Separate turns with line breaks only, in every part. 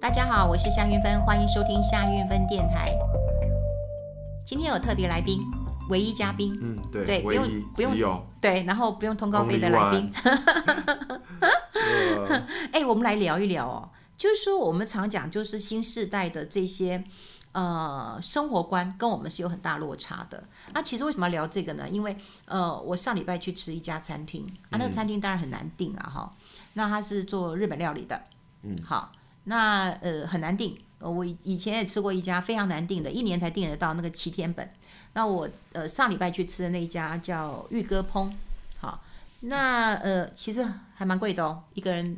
大家好，我是夏运芬，欢迎收听夏运芬电台。今天有特别来宾，唯一嘉宾，
嗯，对，
对不
唯
用
一
不用
只有
对，然后不用通告费的来宾。
呃
哎、我们来聊一聊哦，就是说我们常讲，就是新世代的这些呃生活观跟我们是有很大落差的。啊，其实为什么要聊这个呢？因为呃，我上礼拜去吃一家餐厅，啊，那个餐厅当然很难订啊，哈、那他是做日本料理的，嗯，好，那呃很难订。呃我以以前也吃过一家非常难订的，一年才订得到那个七天本。那我呃上礼拜去吃的那一家叫玉哥烹，好，那呃其实还蛮贵的哦，一个人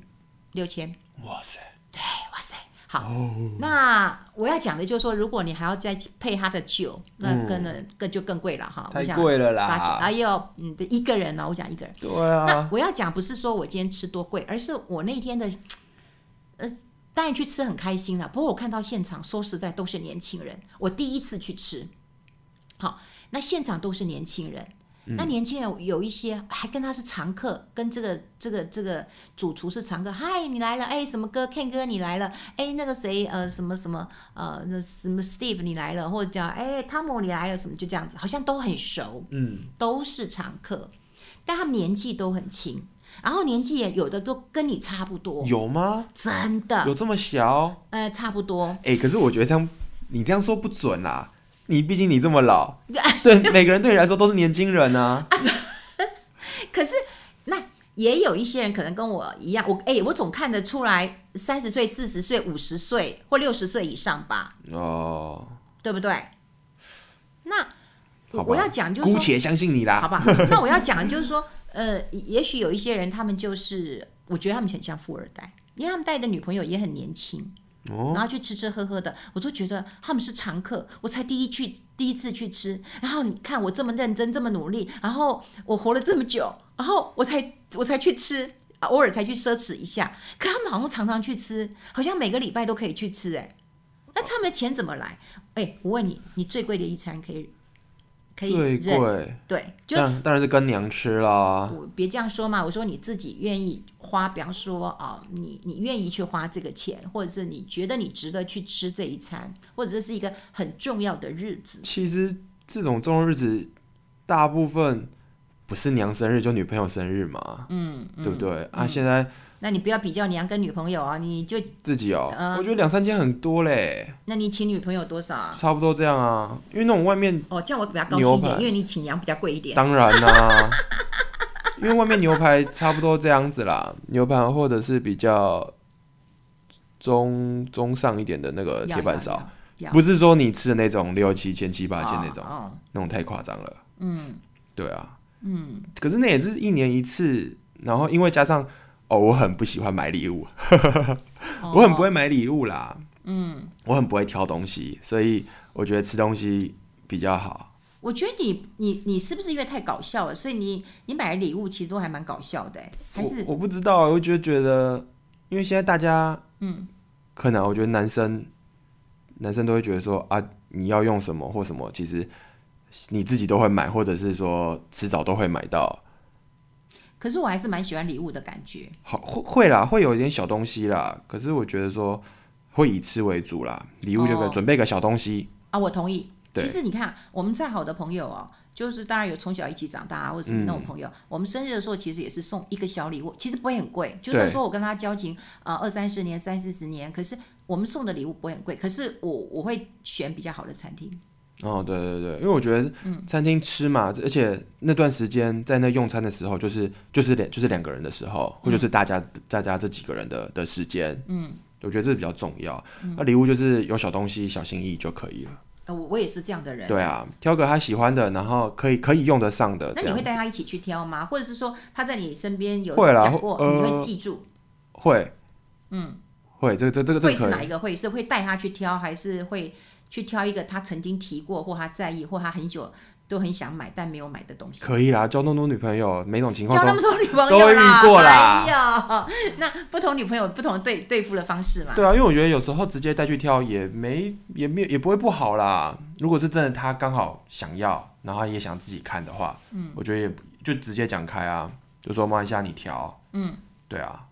六千。
哇塞，
哎哇塞，好。
哦
那我要讲的就是说，如果你还要再配他的酒，那更能更就更贵了哈。我
嗯太
想
贵了
八千，
啦！
还有嗯，一个人呢、我讲一个人。
对啊，
那我要讲不是说我今天吃多贵，而是我那天的，呃，当然去吃很开心了。不过我看到现场，说实在都是年轻人，我第一次去吃，好，那现场都是年轻人。
嗯
那年轻人有一些还跟他是常客，跟这个这个这个主厨是常客。嗨，你来了，哎，什么哥，Ken 哥你来了，哎，那个谁，呃，什么什么，呃，那什么 Steve 你来了，或者叫哎汤姆你来了，什么就这样子，好像都很熟。
嗯，
都是常客，但他们年纪都很轻，然后年纪也有的都跟你差不多，
有吗？
真的，
有这么小？
呃，差不多。
哎、可是我觉得这样，你这样说不准啦。你毕竟你这么 老，对每个人对你来说都是年轻人啊。
可是那也有一些人可能跟我一样，我哎、我总看得出来三十岁、四十岁、五十岁或六十岁以上吧，
哦，
对不对？那我
好吧
我要讲就是
姑
说，
且相信你
好
啦。
吧，那我要讲的就是说，呃，也许有一些人，他们就是，我觉得他们很像富二代，因为他们带的女朋友也很年轻，
哦
然后去吃吃喝喝的，我都觉得他们是常客，我才第一去第一次去吃，然后你看我这么认真，这么努力，然后我活了这么久，然后我才我才去吃。啊偶尔才去奢侈一下，可他们好像常常去吃，好像每个礼拜都可以去吃、哎，那他们的钱怎么来？哎、我问你，你最贵的一餐可以可以
最
忍
贵，
对，就
当当然是跟娘吃啦。
我别这样说嘛，我说你自己愿意花，比方说啊、哦你你愿意去花这个钱，或者是你觉得你值得去吃这一餐，或者这是一个很重要的日子，
其实这种重要日子，大部分不是娘生日就女朋友生日嘛，
嗯，
对不对？啊，现在
那你不要比较娘跟女朋友啊，你就
自己哦，
嗯
我觉得两三千很多嘞，
那你请女朋友多少啊？
差不多这样啊。因为那种外面
哦，这样我比较高兴一
牛
点，
排
因为你请娘比较贵一点。
当然啦、 因为外面牛排差不多这样子啦，牛排或者是比较中中上一点的那个
要
铁板烧，，
要要
不是说你吃的那种六七千、七
要
八千那种，
哦，哦
那种太夸张了。
嗯
对啊，
嗯，
可是那也是一年一次，然后因为加上哦，我很不喜欢买礼物，我很不
哦，
会买礼物啦，嗯，我很不会挑东西，所以我觉得吃东西比较好。
我觉得你你你是不是因为太搞笑了，所以你你买的礼物其实都还蛮搞笑的，还是
我我不知道，啊我就觉得，因为现在大家
嗯
可能我觉得男生男生都会觉得说啊，你要用什么或什么，其实你自己都会买，或者是说迟早都会买到。
可是我还是蛮喜欢礼物的感觉。
好会会啦，会有一点小东西啦，可是我觉得说会以吃为主啦，礼物就可以
哦
准备个小东西。
啊，我同意。
对
其实你看，我们再好的朋友哦，就是当然有从小一起长大啊，或者
嗯
什么那种朋友，我们生日的时候其实也是送一个小礼物，其实不会很贵。就是
对
说我跟他交情呃二三十年、三四十年，可是我们送的礼物不会很贵，可是我我会选比较好的餐厅。
哦，对对对，因为我觉得
嗯
餐厅吃嘛，而且那段时间在那用餐的时候、就是，就是两就是两个人的时候，
嗯
或就是大家、大家这几个人的的时间，嗯，我觉得这比较重要。
嗯
那礼物就是有小东西，小心翼翼就可以了。
呃，我我也是这样的人。
对啊，挑个他喜欢的，然后可以可以用得上的，
那
这
你
样
会带他一起去挑吗？或者是说他在你身边有
会啦
讲
会
过，
呃
你会记住？
会，嗯，会，这这这个这
会
个
是
可
哪
以。
一个会？是会带他去挑，还是会去挑一个他曾经提过或他在意或他很久都很想买但没有买的东西？
可以啦，交那么多女朋友，每种情
交
况
那
都
么多女朋友
都
啦，
遇过啦
哎呀，那不同女朋友有不同的对对付的方式嘛。
对啊，因为我觉得有时候直接带去挑也没也没有也不会不好啦。如果是真的他刚好想要，然后他也想自己看的话，嗯，我觉得也不就直接讲开啊，就说妈一下你挑，嗯，对啊，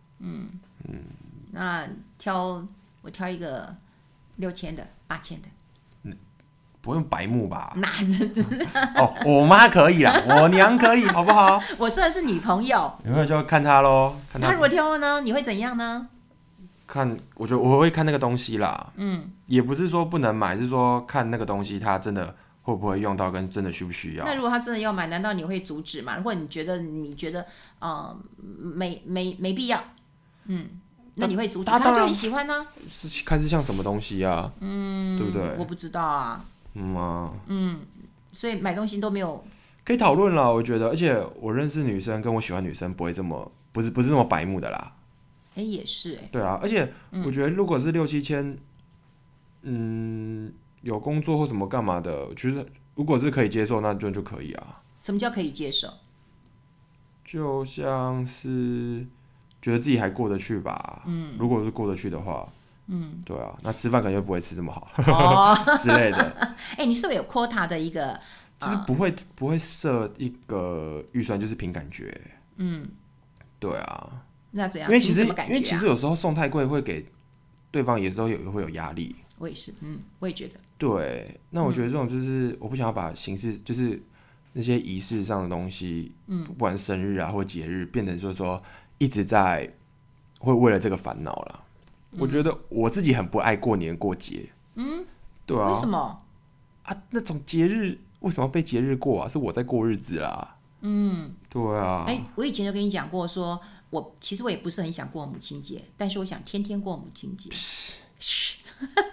那挑我挑一个六千的、八千的，
不用白目 吧？
那真的，
哦，我妈可以啦，我娘可以，好不好？
我虽然是女朋友，
有没有就要看她喽，看
那
她
如果挑了呢，你会怎样呢？
看，我觉得我会看那个东西啦。嗯，也不是说不能买，是说看那个东西它真的会不会用到，跟真的需不需要
那。如果他真的要买，难道你会阻止吗？或者你觉得你觉得呃没没没必要，嗯，那你会阻止
他
他？
当
就
然
很喜欢呢、
是看是像什么东西啊？嗯，对不
我
对？
不知道啊，
嗯啊，
所以买东西都没有
可以讨论啦，我觉得。而且我认识女生，跟我喜欢女生不会这么，不是不是那么白目的啦。
哎、也是哎、
对啊，而且我觉得如果是六七千，嗯，有工作或什么干嘛的，其实如果是可以接受，那就就可以啊。
什么叫可以接 受？
就像是觉得自己还过得去吧，嗯，如果是过得去的话，嗯，对啊，那吃饭可能就不会吃这么好
哦，
之类的，
哎、你是不是有 quota 的一个？
就是不会不会设一个预算，就是凭感觉，嗯，对啊，
那怎
因
样？
为其
凭
实
什么感
因
觉、啊？
为其实有时候送太贵会给对方有时候有会有压力，
我也是，嗯，我也觉得，
对，那我觉得这种就是、
嗯
我不想要把形式，就是那些仪式上的东西，嗯，不管是生日啊或节日，变成就是说一直在会为了这个烦恼啦。我
嗯
觉得我自己很不爱过年过节，嗯，对
为什
啊，
么？
啊那种节日为什么要被节日过啊？是我在过日子啦，嗯，对啊，
哎、我以前就跟你讲过说我其实我也不是很想过母亲节，但是我想天天过母亲 节。嘘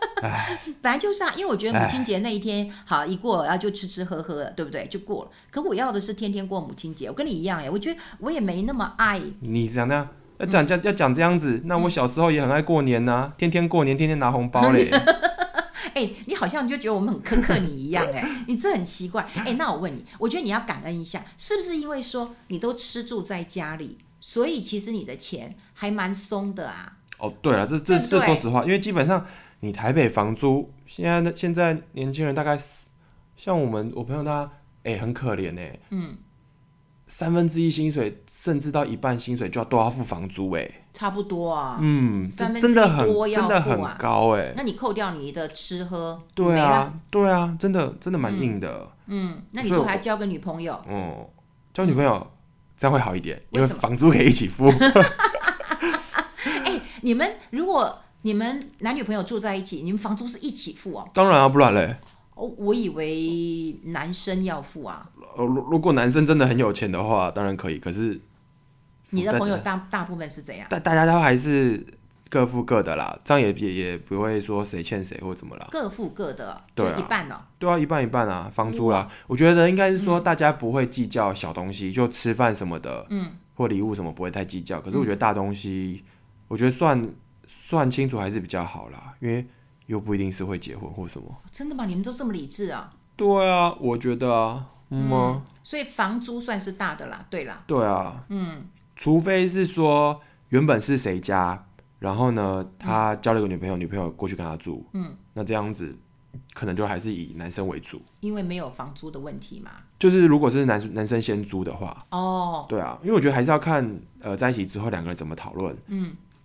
本来就是啊，因为我觉得母亲节那一天好一过，然后就吃吃喝喝，对不对？就过了。可我要的是天天过母亲节，我跟你一样哎，我觉得我也没那么爱
你讲那样。要讲这样要讲这样子，那我小时候也很爱过年呐、天天过年，天天拿红包嘞。
哎、你好像就觉得我们很苛刻你一样、哎，你这很奇怪。哎、那我问你，我觉得你要感恩一下，是不是因为说你都吃住在家里，所以其实你的钱还蛮松的啊？
哦，对了，这这
对不对
这说实话，因为基本上你台北房租现在的现在年轻人大概是像我们我朋友他哎、很可怜哎、嗯，三分之一薪水甚至到一半薪水就要都要付房租哎、
差不多啊。
嗯，这
三分之一
真的很
多要
真的
付
很
啊
高哎、
那你扣掉你的吃喝，
对
没了，
啊，对啊，真的真的蛮硬的，
嗯，那你
所以
说
我
还交个女朋友，
嗯，交女朋友、这样会好一点，
嗯
因
为
为
什么
房租可以一起付，
哎、你们如果你们男女朋友住在一起，你们房租是一起付哦。
当然啊，不然嘞，
哦，我以为男生要付啊，
呃如如果男生真的很有钱的话，当然可以，可是
你的
但
朋友
是
大大部分是怎样？
但大家都还是各付各的啦，这样也也也不会说谁欠谁或怎么啦。
各付各的，就
对啊
一半哦。
对啊，一半一半啊，房租啦，
嗯
我觉得应该是说大家不会计较小东西，就吃饭什么的，嗯，或礼物什么不会太计较。
嗯
可是我觉得大东西，我觉得算算清楚还是比较好啦，因为又不一定是会结婚或什么。
真的吗？你们都这么理智啊？
对啊，我觉得啊，嗯啊
所以房租算是大的啦，对啦，
对啊，嗯，除非是说原本是谁家，然后呢，他交了一个女朋友，女朋友过去跟他住，嗯，那这样子可能就还是以男生为主。
因为没有房租的问题嘛。
就是如果是男男生先租的话，
哦，
对啊，因为我觉得还是要看呃在一起之后两个人怎么讨论。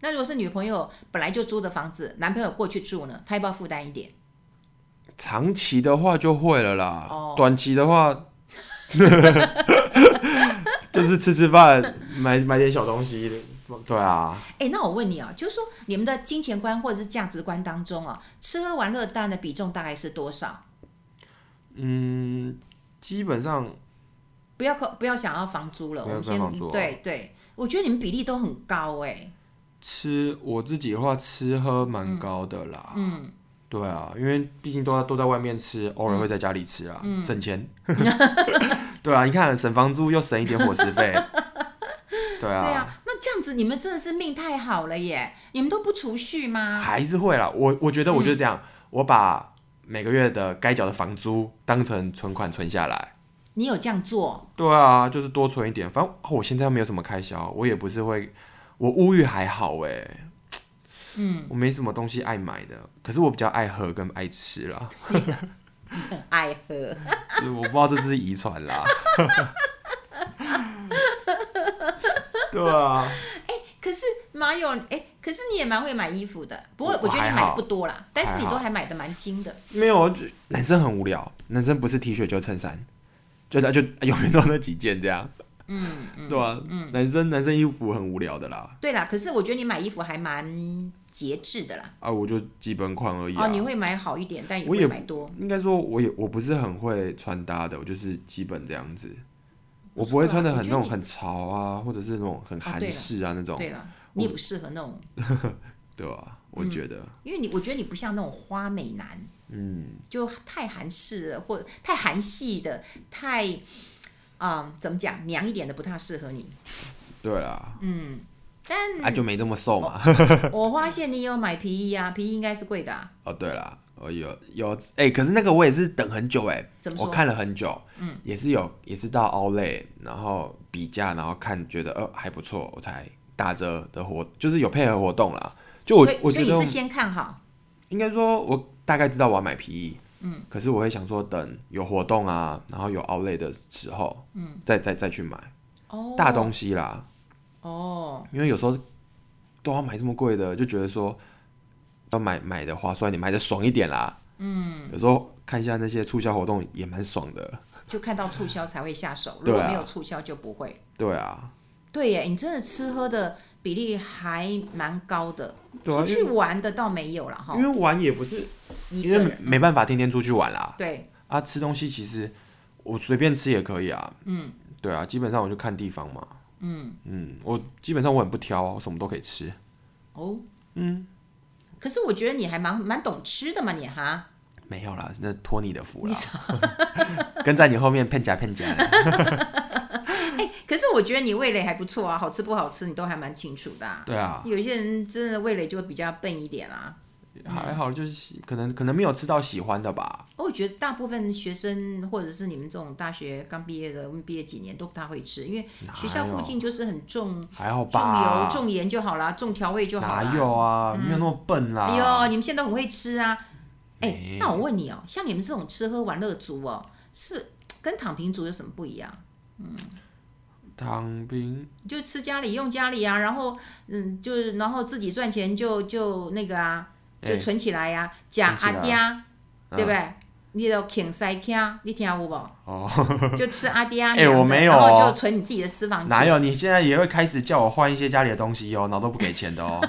那如果是女朋友本来就租的房子，男朋友过去住呢，他要不要负担一点？
长期的话就会了啦，
哦
短期的 话就是吃吃饭，买买点小东西，对啊。
哎，那我问你啊，就是说你们的金钱观或者是价值观当中啊，吃喝玩乐蛋的比重大概是多少？
嗯，基本上
不要扣，不要想要房租了，我
不要
们先
不要房租哦
对对，我觉得你们比例都很高哎、
吃我自己的话，吃喝蛮高的啦。嗯，对啊，因为毕竟都在都在外面吃，偶
嗯
尔会在家里吃啦，省钱。 对啊，你看省房租又省一点伙食 费。对啊，
对啊，那这样子你们真的是命太好了耶！你们都不储蓄吗？
还是会啦。我我觉得我
嗯
就是这样，我把每个月的该缴的房租当成存款存下来。
你有这样做？
对啊，就是多存一点，反正、哦我现在没有什么开销，我也不是会，我物欲还好哎、嗯，我没什么东西爱买的，可是我比较爱喝跟爱吃啦。
很爱喝。
就是我不知道这是不是遗传 啦。对啊，
可是是马友，哎，可是你也蛮会买衣服的，不过
我
我觉得
还
你买的
好
不多啦，但是你
还
都
好
还买的蛮精的。
没有，就男生很无聊，男生不是 T 恤就是衬衫，就他就永远都那几件这样。嗯，对啊，男生男生衣服很无聊的啦，
对啦，可是我觉得你买衣服还蛮节制的啦。
啊，我就基本款而已、啊。
哦，你会买好一点，但也不
我
会
也
买多。
应该说，我也我不是很会穿搭的，我就是基本这样子。我不会
不错啊
穿的
我
很
觉
那
得你
种
哦
很潮啊，或者是那种很韩
对了
式啊那种，
对了，嗯你也不适合那种，
对吧、我觉得，
因为你我觉得你不像那种花美男，嗯，就太韩式了，或太韩系的，太啊、怎么讲娘一点的不太适合 你。
对啦，
嗯但
啊就没这么瘦嘛。
我发现你有买皮衣啊，皮衣应该是贵的、啊。
哦，对啦，我有有哎、可是那个我也是等很久哎、
怎么说
我看了很久，嗯，也是有也是到 Olay，然后比价，然后看觉得呃还不错，我才打折的活，就是有配合活动啦。就我
所以所
我觉
以你
得
是先看好，
应该说，我大概知道我要买皮衣，嗯，可是我会想说等有活动啊，然后有 Olay 的时候，嗯，再再再去买
哦
大东西啦，
哦，
因为有时候都要买这么贵的，就觉得说要买买的划算一点，买的爽一点啦。嗯，有时候看一下那些促销活动也蛮爽的。
就看到促销才会下手，如
对
果
啊
没有促销就不会。
对啊，
对耶，你真的吃喝的比例还蛮高的，
对啊
出去玩的倒没有了哈
因。为玩也不是，
一
因
个
为
人
没办法天天出去玩啦。
对，
啊，吃东西其实我随便吃也可以啊。嗯，对啊，基本上我就看地方嘛。嗯嗯，我基本上我很不挑啊，我什么都可以吃。
哦，嗯。可是我觉得你还蛮蛮懂吃的嘛，你哈。
没有啦，那托你的福 啦， 跟在你后面骗假骗假的。
哎可是我觉得你味蕾还不错啊，好吃不好吃你都还蛮清楚的、啊。
对啊，
有些人真的味蕾就比较笨一点啦、啊嗯
还好，就是喜可能可能没有吃到喜欢的吧。
哦我觉得大部分学生或者是你们这种大学刚毕业的，我们毕业几年都不大会吃，因为学校附近就是很重
还好
重油、
吧？
重盐就好啦，重调味就好啦。嗯
哪有啊？没有那么笨啦。
哎呦，你们现在都很会吃啊！哎、
没
那我问你哦，像你们这种吃喝玩乐族哦，是跟躺平族有什么不一样？
躺平，
就吃家里用家里啊，然后嗯，就是然后自己赚钱就就那个啊，就
哎
存起来呀、假
存
阿
起啊
爹，啊对不对？你都啃塞听，你听有无？哦，就吃阿爹娘的，
哎我没有
然后
哦
就存你自己的私房
哪
钱。
有？你现在也会开始叫我换一些家里的东西哦，然后都不给钱 的哦。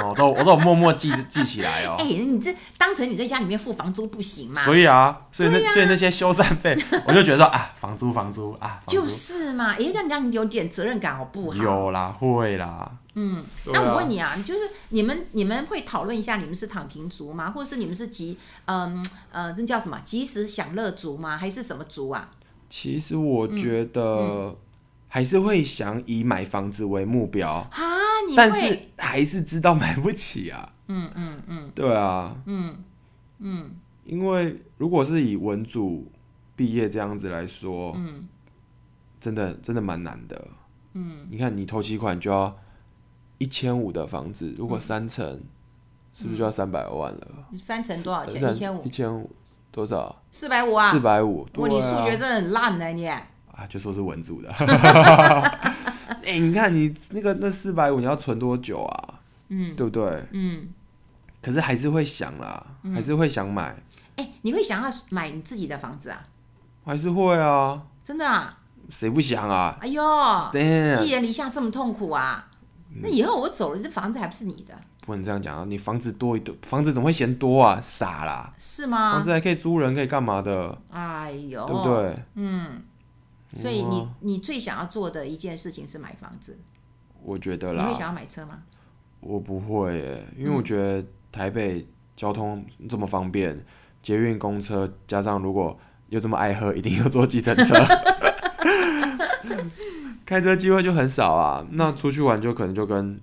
哦，我都我都有默默记记起来哦
哎、。你这当成你在家里面付房租不行吗？
所以啊，所以那、所以那些修缮 费，我就觉得说啊，房租房租啊，房租
就是啊嘛，哎、让让你有点责任感好不好？
有啦，会啦，嗯，对
那我问
啊，
你啊，就是你们你们会讨论一下，你们是躺平族吗？或者是你们是及嗯呃，那叫什么及时享乐族吗？还是什么族啊？
其实我
嗯
觉得还是会想以买房子为目标，
啊，你
但
会
是还是知道买不起啊，嗯嗯嗯，对啊，嗯嗯，因为如果是以文组毕业这样子来说，嗯，真的真的蛮难的，嗯，你看你头期款就要一千五的房子，如果三层，是不是就要三百万了？
三成多少钱？
三
一千五
一、千五多少？
四百五啊
四？百五。
哇，
对
你
啊
数学真的很烂呢、你。
啊，就说是文组的。 哎、你看你那个那四百五，你要存多久啊？嗯，对不对？嗯。可是还是会想啦，
嗯
还是会想买，
哎、你会想要买你自己的房子啊？
还是会啊，
真的啊？
谁不想啊？
哎呦，
等一下
寄人篱下这么痛苦啊！那以后我走了，这房子还不是你的，
不能这样讲啊！你房子多一多，房子怎么会嫌多啊？傻啦！
是
房
吗？
子还可以租人，可以干嘛的，
哎呦，
对不对？
所以你
哇
你最想要做的一件事情是买房子，
我觉得
你
啦
会，想要买车吗？
我不会耶，因为我觉得台北交通这么方便，捷运、公车，加上如果又这么爱喝，一定要坐计程车， 开车机会就很少啊。那出去玩就可能就跟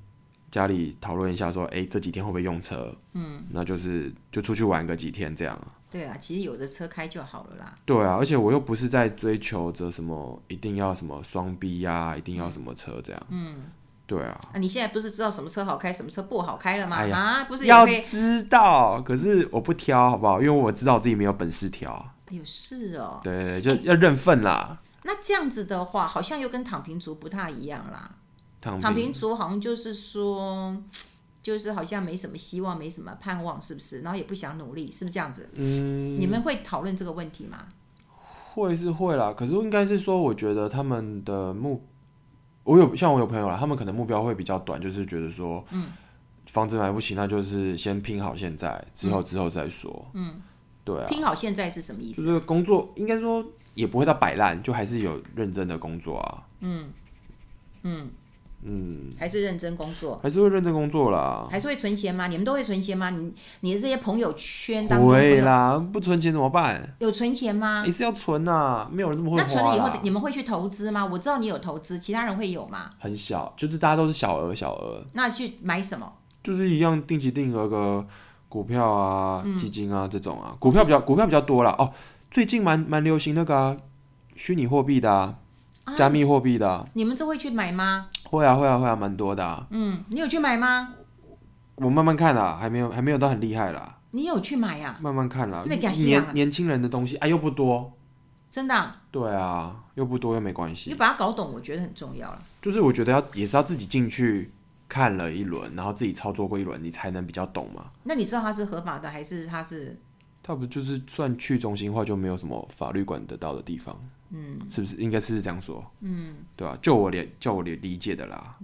家里讨论一下，说，哎、这几天会不会用车？嗯，那就是就出去玩个几天这样。
对啊，其实有的车开就好了啦。
对啊，而且我又不是在追求着什么一定要什么双 B 呀、一定要什么车这样。嗯，对啊。
啊，你现在不是知道什么车好开，什么车不好开了吗？
哎呀
啊，不是
要
也被
知道，可是我不挑，好不好？因为我知道我自己没有本事挑。
哎呦是哦。
对对对，就要认份啦。
那这样子的话，好像又跟躺平族不太一样啦。
躺
躺平族好像就是说，就是好像没什么希望，没什么盼望，是不是？然后也不想努力，是不是这样子？嗯，你们会讨论这个问题吗？
会是会啦，可是应该是说，我觉得他们的目，我有像我有朋友啦，他们可能目标会比较短，就是觉得说，嗯，房子买不起，那就是先拼好现在，之后之后再说，嗯，对啊，
拼好现在是什么意
就
思？
是工作应该说也不会到摆烂，就还是有认真的工作啊，
还是认真工作？
还是会认真工作啦，
还是会存钱吗？你们都会存钱吗？你你的这些朋友圈当中会啊
会
有
啦，不存钱怎么办？
有存钱吗？
也是要存呐，没有人这么会
那存
花
了以后
啦，
你们会去投资吗？我知道你有投资，其他人会有吗？
很小，就是大家都是小额小额，
那去买什么？
就是一样定期定额个股票啊、
嗯
基金啊这种啊，股票比较股票比较多啦。哦，最近蛮蛮流行那个啊虚拟货币的啊，加密货币的啊、
你们这会去买吗？
会啊会啊会啊，蛮多的、啊。
嗯，你有去买吗？
我慢慢看啦，还没有还没有到很厉害啦，
你有去买啊呀、
慢慢看啦。
那假戏啊
年年轻人的东西啊又不多，
真的啊、
对啊，又不多又没关
你
系，
把它搞懂，我觉得很重要了。
就是我觉得要也是要自己进去看了一轮，然后自己操作过一轮，你才能比较懂嘛。
那你知道它是合法的还是它是？
它不就是算去中心化就没有什么法律管得到的地方，嗯，是不是？应该是这样说，嗯，对吧、就我理，就我理理解的啦，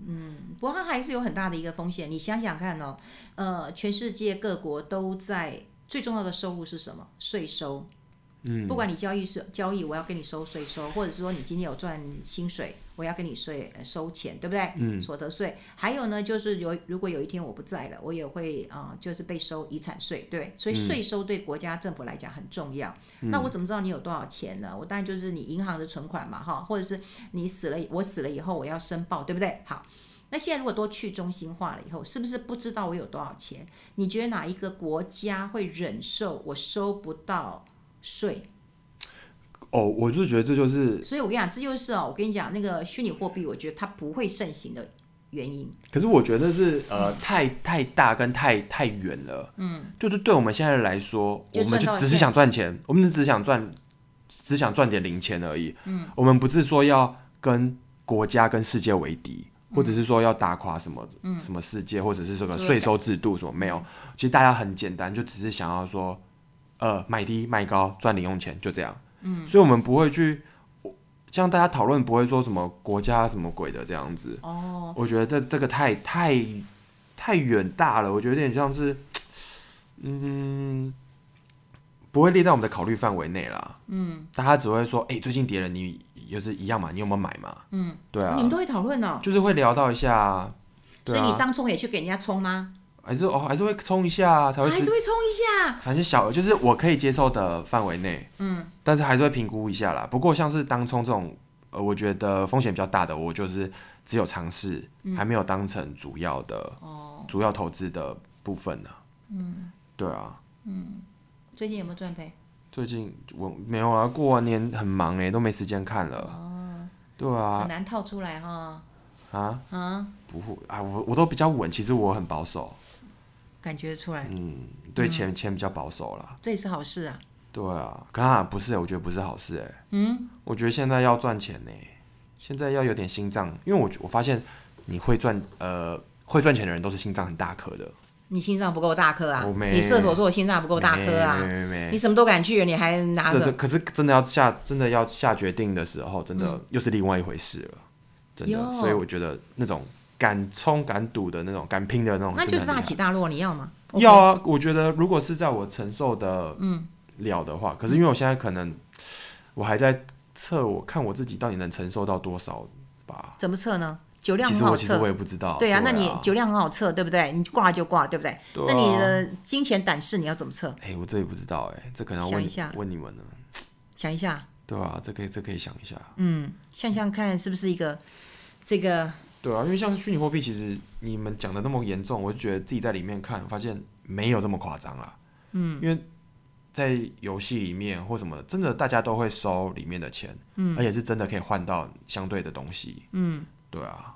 不过它还是有很大的一个风险。你想想看哦，呃，全世界各国都在最重要的收入是什么？税收。嗯，不管你交易是交易，我要跟你收税收，或者是说你今天有赚薪水，我要跟你税呃收钱，对不对？嗯，所得税。还有呢，就是有如果有一天我不在了，我也会啊、呃就是被收遗产税，对不对。所以税收对国家政府来讲很重要。那我怎么知道你有多少钱呢？我当然就是你银行的存款嘛，哈，或者是你死了，我死了以后我要申报，对不对？好。那现在如果都去中心化了以后，是不是不知道我有多少钱？你觉得哪一个国家会忍受我收不到税？
哦，我就觉得这就是，
所以我跟你讲，这就是哦，我跟你讲，那个虚拟货币，我觉得它不会盛行的原因。
可是我觉得是呃，太太大跟太太远了，嗯，就是对我们现在来说，
就
我们
赚到
就
了
只是
钱
想赚钱，我们只想赚，只想赚点零钱而已，嗯，我们不是说要跟国家跟世界为敌。
嗯
或者是说要打垮什么、什么世界，或者是这个
对
税收制度什么没有？其实大家很简单，就只是想要说呃买低卖高赚零用钱，就这样。嗯，所以我们不会去，我像大家讨论不会说什么国家什么鬼的这样子。哦，我觉得这这个太太太远大了，我觉得有点像是，嗯，不会列在我们的考虑范围内啦。嗯，大家只会说，哎、最近跌了，你就是一样嘛，你有没有买嘛？嗯，对啊
你，们都会讨论哦。
就是会聊到一下，对
所以你
啊，
当冲也去给人家冲吗？
还是哦，还是会冲一下才会
啊还
知
是会冲一下？
反正小额就是我可以接受的范围内，嗯，但是还是会评估一下啦。不过像是当冲这种，呃，我觉得风险比较大的，我就是只有尝试，还没有当成主要的、主要投资的部分呢、哦嗯，对啊，
最近有没有赚赔？
最近我没有啊，过完年很忙哎、都没时间看了。对啊
很，难套出来哈、
啊，
啊，
不会啊，我我都比较稳，其实我很保守，
感觉出来，
嗯，对钱、钱比较保守啦。
这也是好事啊。
对啊，可啊，不是欸，我觉得不是好事哎、嗯，我觉得现在要赚钱呢、欸现在要有点心脏，因为我我发现你会赚呃会赚钱的人都是心脏很大颗的，
你心脏不够大颗啊
我！哦没
你射手座心脏不够大颗啊
没！没没
你
没，
什么都敢去，你还拿
这这
着？
可是真的要下真的要下决定的时候，真的又是另外一回事了，真的，
嗯哟
所以我觉得那种敢冲敢赌的那种敢拼的那种，
那就是
真的很
大
厉害
起大落，你要吗？
要啊，我觉得如果是在我承受的
嗯
了的话，可是因为我现在可能我还在测我看我自己到底能承受到多少吧。
怎么测呢？酒量
其
很
实
好
我其实我
测，
也不知道。
对
啊
啊，，那你酒量很好测，对不对？你挂了就挂了，对不对？
对啊
那你的金钱胆识你要怎么测？
哎、我这也不知道哎、这可能要
想
问
一
你
下
问你们呢。
想一下，
对啊，这可以这可以想一下。
嗯，想想看是不是一个这个
对啊，因为像虚拟货币，其实你们讲的那么严重，我就觉得自己在里面看，我发现没有这么夸张啦。嗯，因为在游戏里面或什么，真的大家都会收里面的钱，嗯，而且是真的可以换到相对的东西，嗯，对啊，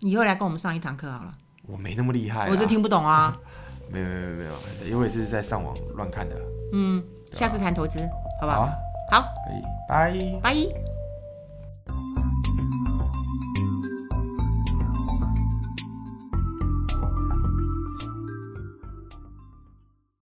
你以后来跟我们上一堂课好了，
我没那么厉害啊，
我就听不懂啊。
没有没有没有没有，因为我也是在上网乱看的，
嗯，下次谈投资，好不好？
好啊，
好，
可以，拜。
拜。